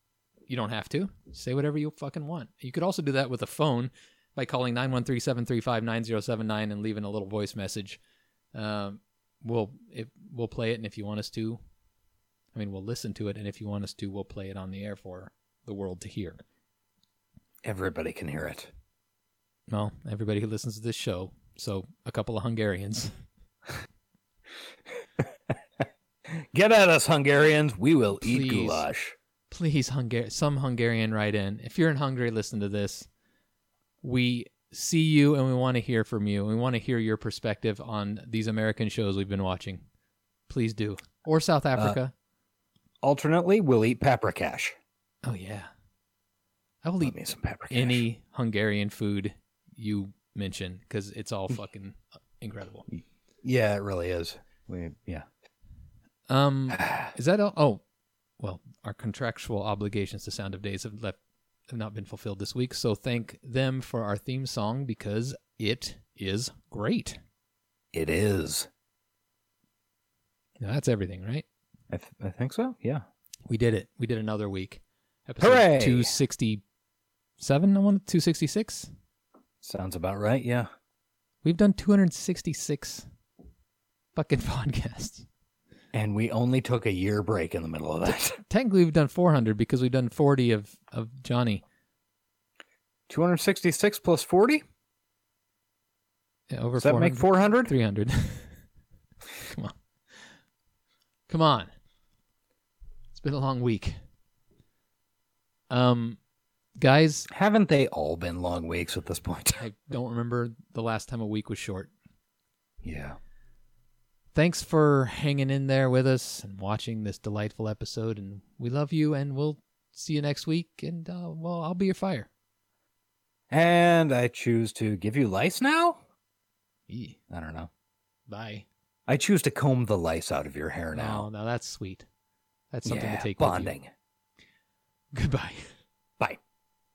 Speaker 3: you don't have to. Say whatever you fucking want. You could also do that with a phone by calling 913 735 9079 and leaving a little voice message. Um, we'll, it, we'll play it, and if you want us to, I mean, we'll listen to it, and if you want us to, we'll play it on the air for the world to hear.
Speaker 2: Everybody can hear it.
Speaker 3: Well, everybody who listens to this show, so a couple of Hungarians.
Speaker 2: Get at us, Hungarians! We will eat
Speaker 3: Please.
Speaker 2: goulash.
Speaker 3: please Hungar- some hungarian write in if you're in hungary listen to this we see you and we want to hear from you we want to hear your perspective on these american shows we've been watching please do or south africa
Speaker 2: Alternately, we'll eat paprikash.
Speaker 3: oh yeah i will eat
Speaker 2: me some paprikash.
Speaker 3: any hungarian food you mention because it's all fucking uh, incredible
Speaker 2: Yeah, it really is. We yeah.
Speaker 3: Um, is that all? Oh, well, our contractual obligations to Sound of Days have left have not been fulfilled this week. So thank them for our theme song because it is great.
Speaker 2: It is.
Speaker 3: Now, that's everything, right?
Speaker 2: I, th- I think so. Yeah.
Speaker 3: We did it. We did another week. Episode
Speaker 2: Hooray!
Speaker 3: 267, I want 266.
Speaker 2: Sounds about right. Yeah.
Speaker 3: We've done 266 fucking podcasts.
Speaker 2: And we only took a year break in the middle of that.
Speaker 3: Technically, we've done 400 because we've done 40 of, of Johnny
Speaker 2: 266 plus 40?
Speaker 3: Yeah, over
Speaker 2: Does that make 400?
Speaker 3: 300. Come on. Come on. It's been a long week. Um guys,
Speaker 2: haven't they all been long weeks at this point?
Speaker 3: I don't remember the last time a week was short.
Speaker 2: Yeah.
Speaker 3: Thanks for hanging in there with us and watching this delightful episode and we love you and we'll see you next week and uh, well, I'll be your fire.
Speaker 2: And I choose to give you lice now?
Speaker 3: Yee.
Speaker 2: I don't know.
Speaker 3: Bye.
Speaker 2: I choose to comb the lice out of your hair now.
Speaker 3: Now, now Oh, that's sweet. That's something
Speaker 2: Yeah,
Speaker 3: to take with you.
Speaker 2: bonding.
Speaker 3: Goodbye.